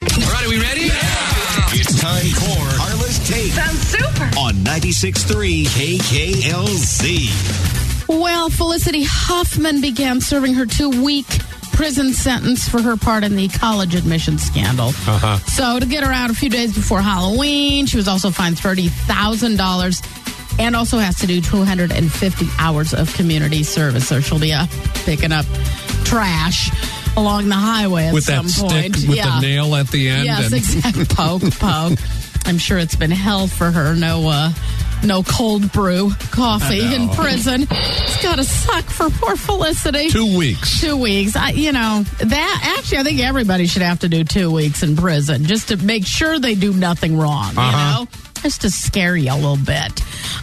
right, are we ready? It's time for Arliss Tate Sounds super. on 96.3 KKLZ. Well, Felicity Huffman began serving her two week prison sentence for her part in the college admission scandal. Uh-huh. So, to get her out a few days before Halloween, she was also fined $30,000 and also has to do 250 hours of community service. So, she'll be up picking up trash along the highway at With some that stick point. with the nail at the end. Yes, and- exactly. poke, poke. I'm sure it's been hell for her. No, uh, no cold brew coffee in prison. It's got to suck for poor Felicity. Two weeks. Two weeks. I, you know that. Actually, I think everybody should have to do two weeks in prison just to make sure they do nothing wrong. Uh-huh. You know, just to scare you a little bit.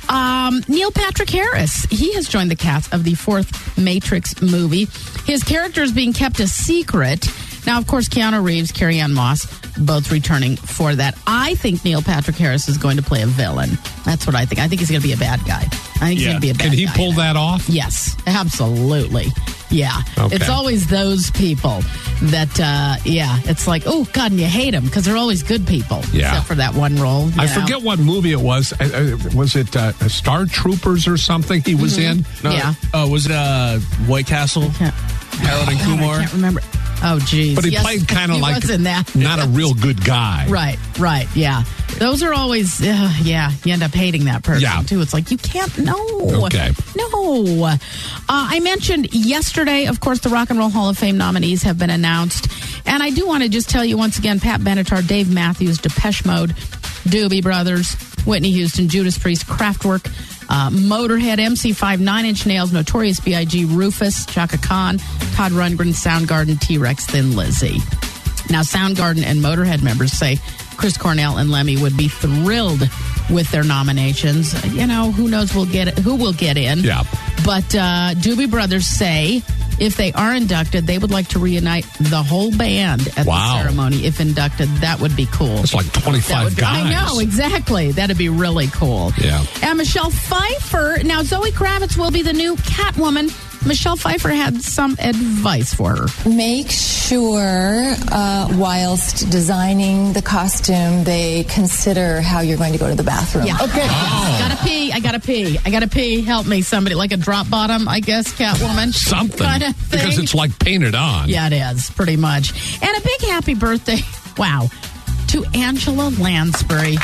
Um, Neil Patrick Harris. He has joined the cast of the fourth Matrix movie. His character is being kept a secret. Now, of course, Keanu Reeves, Carrie Ann Moss, both returning for that. I think Neil Patrick Harris is going to play a villain. That's what I think. I think he's going to be a bad guy. I think he's going to be a bad Can he guy. pull that off? Yes, absolutely. Yeah. Okay. It's always those people that, uh, yeah, it's like, oh, God, and you hate them because they're always good people. Yeah. Except for that one role. you I know. forget what movie it was. I, I, was it uh, Star Troopers or something he was Mm-hmm. in? Yeah. Oh, was it uh, White Castle? can't- Harold and God, I Kumar. can't remember. Oh, geez. But he Yes, played kind of he like was in that. not a real good guy. Right, right, yeah. Those are always, uh, yeah, you end up hating that person Yeah. too. It's like, you can't, no. Okay. No. Uh, I mentioned yesterday, of course, the Rock and Roll Hall of Fame nominees have been announced. And I do want to just tell you once again Pat Benatar, Dave Matthews, Depeche Mode, Doobie Brothers, Whitney Houston, Judas Priest, Kraftwerk, uh, Motorhead, MC5, Nine Inch Nails, Notorious B.I.G., Rufus, Chaka Khan, Todd Rundgren, Soundgarden, T Rex, Thin Lizzy. Now, Soundgarden and Motorhead members say Chris Cornell and Lemmy would be thrilled with their nominations. You know, who knows will get who will get in. Yeah. But uh, Doobie Brothers say if they are inducted, they would like to reunite the whole band at Wow. the ceremony. If inducted, that would be cool. It's like That 25 would be- guys. I know, exactly. That'd be really cool. Yeah. And Michelle Pfeiffer. Now, Zoe Kravitz will be the new Catwoman. Michelle Pfeiffer had some advice for her. Make sure, uh, whilst designing the costume, they consider how you're going to go to the bathroom. Yeah. Okay. Gotta pee. I gotta pee. I gotta pee. Help me, somebody. Like a drop bottom, I guess, Catwoman. Something. Kind of thing. Because it's like painted on. yeah, it is, pretty much. And a big happy birthday. Wow. To Angela Lansbury.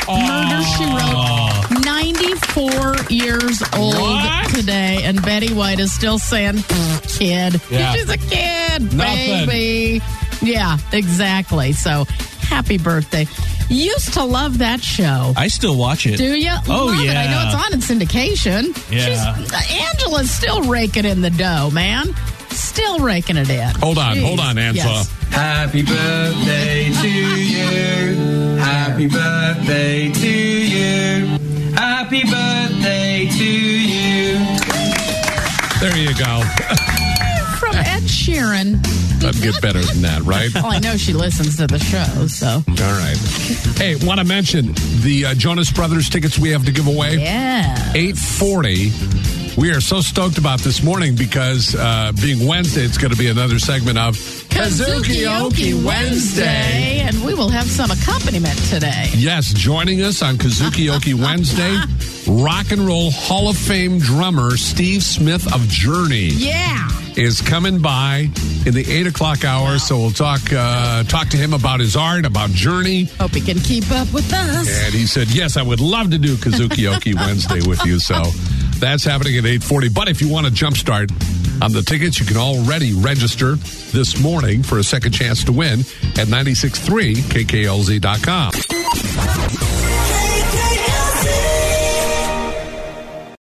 Murder, she wrote. 94 years old What? today. And Betty White is still saying, "Pfft, kid. Yeah. She's a kid, Nothing. baby. Yeah, exactly. So happy birthday. Used to love that show. I still watch it. Do you? Oh, Love yeah. It. I know it's on in syndication. Yeah. She's, Angela's still raking in the dough, man. Still raking it in. Hold on, Jeez. hold on, Angela. Yes. Happy birthday to you. Happy birthday to you. Happy birthday to you. There you go. From Ed Sheeran. That'd get better than that, right? Well, I know she listens to the show, so. All right. Hey, want to mention the uh, Jonas Brothers tickets we have to give away. Yeah. 840. We are so stoked about this morning because uh, being Wednesday, it's going to be another segment of Kazuki And we will have some accompaniment today. Yes, joining us on Kazuki Oki Wednesday, rock and roll Hall of Fame drummer Steve Smith of Journey Yeah. is coming by in the eight o'clock hour. So we'll talk uh, talk to him about his art, about Journey. Hope he can keep up with us. And he said, "Yes, I would love to do Kazuki Oki Wednesday with you." So that's happening at 8:40. But if you want to jumpstart on the tickets, you can already register this morning for a second chance to win at 963kklz.com.